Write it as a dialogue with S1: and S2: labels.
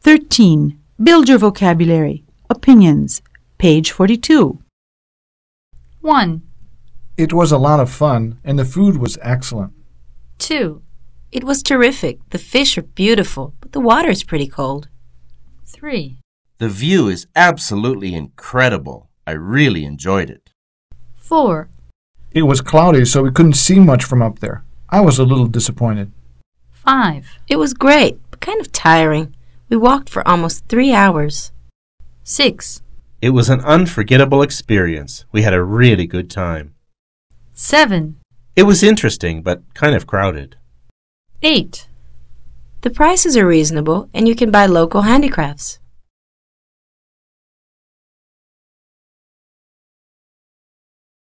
S1: 13. Build your vocabulary. Opinions. Page 42.
S2: 1,
S3: It was a lot of fun, and the food was excellent.
S2: 2,
S4: It was terrific. The fish are beautiful, but the water is pretty cold.
S2: 3,
S5: The view is absolutely incredible. I really enjoyed it.
S2: 4,
S3: It was cloudy, so we couldn't see much from up there. I was a little disappointed.
S2: 5,
S4: It was great, but kind of tiring. We walked for almost three hours.
S2: 6,
S5: It was an unforgettable experience. We had a really good time.
S2: 7,
S5: It was interesting, but kind of crowded.
S2: 8,
S4: The prices are reasonable, and you can buy local handicrafts.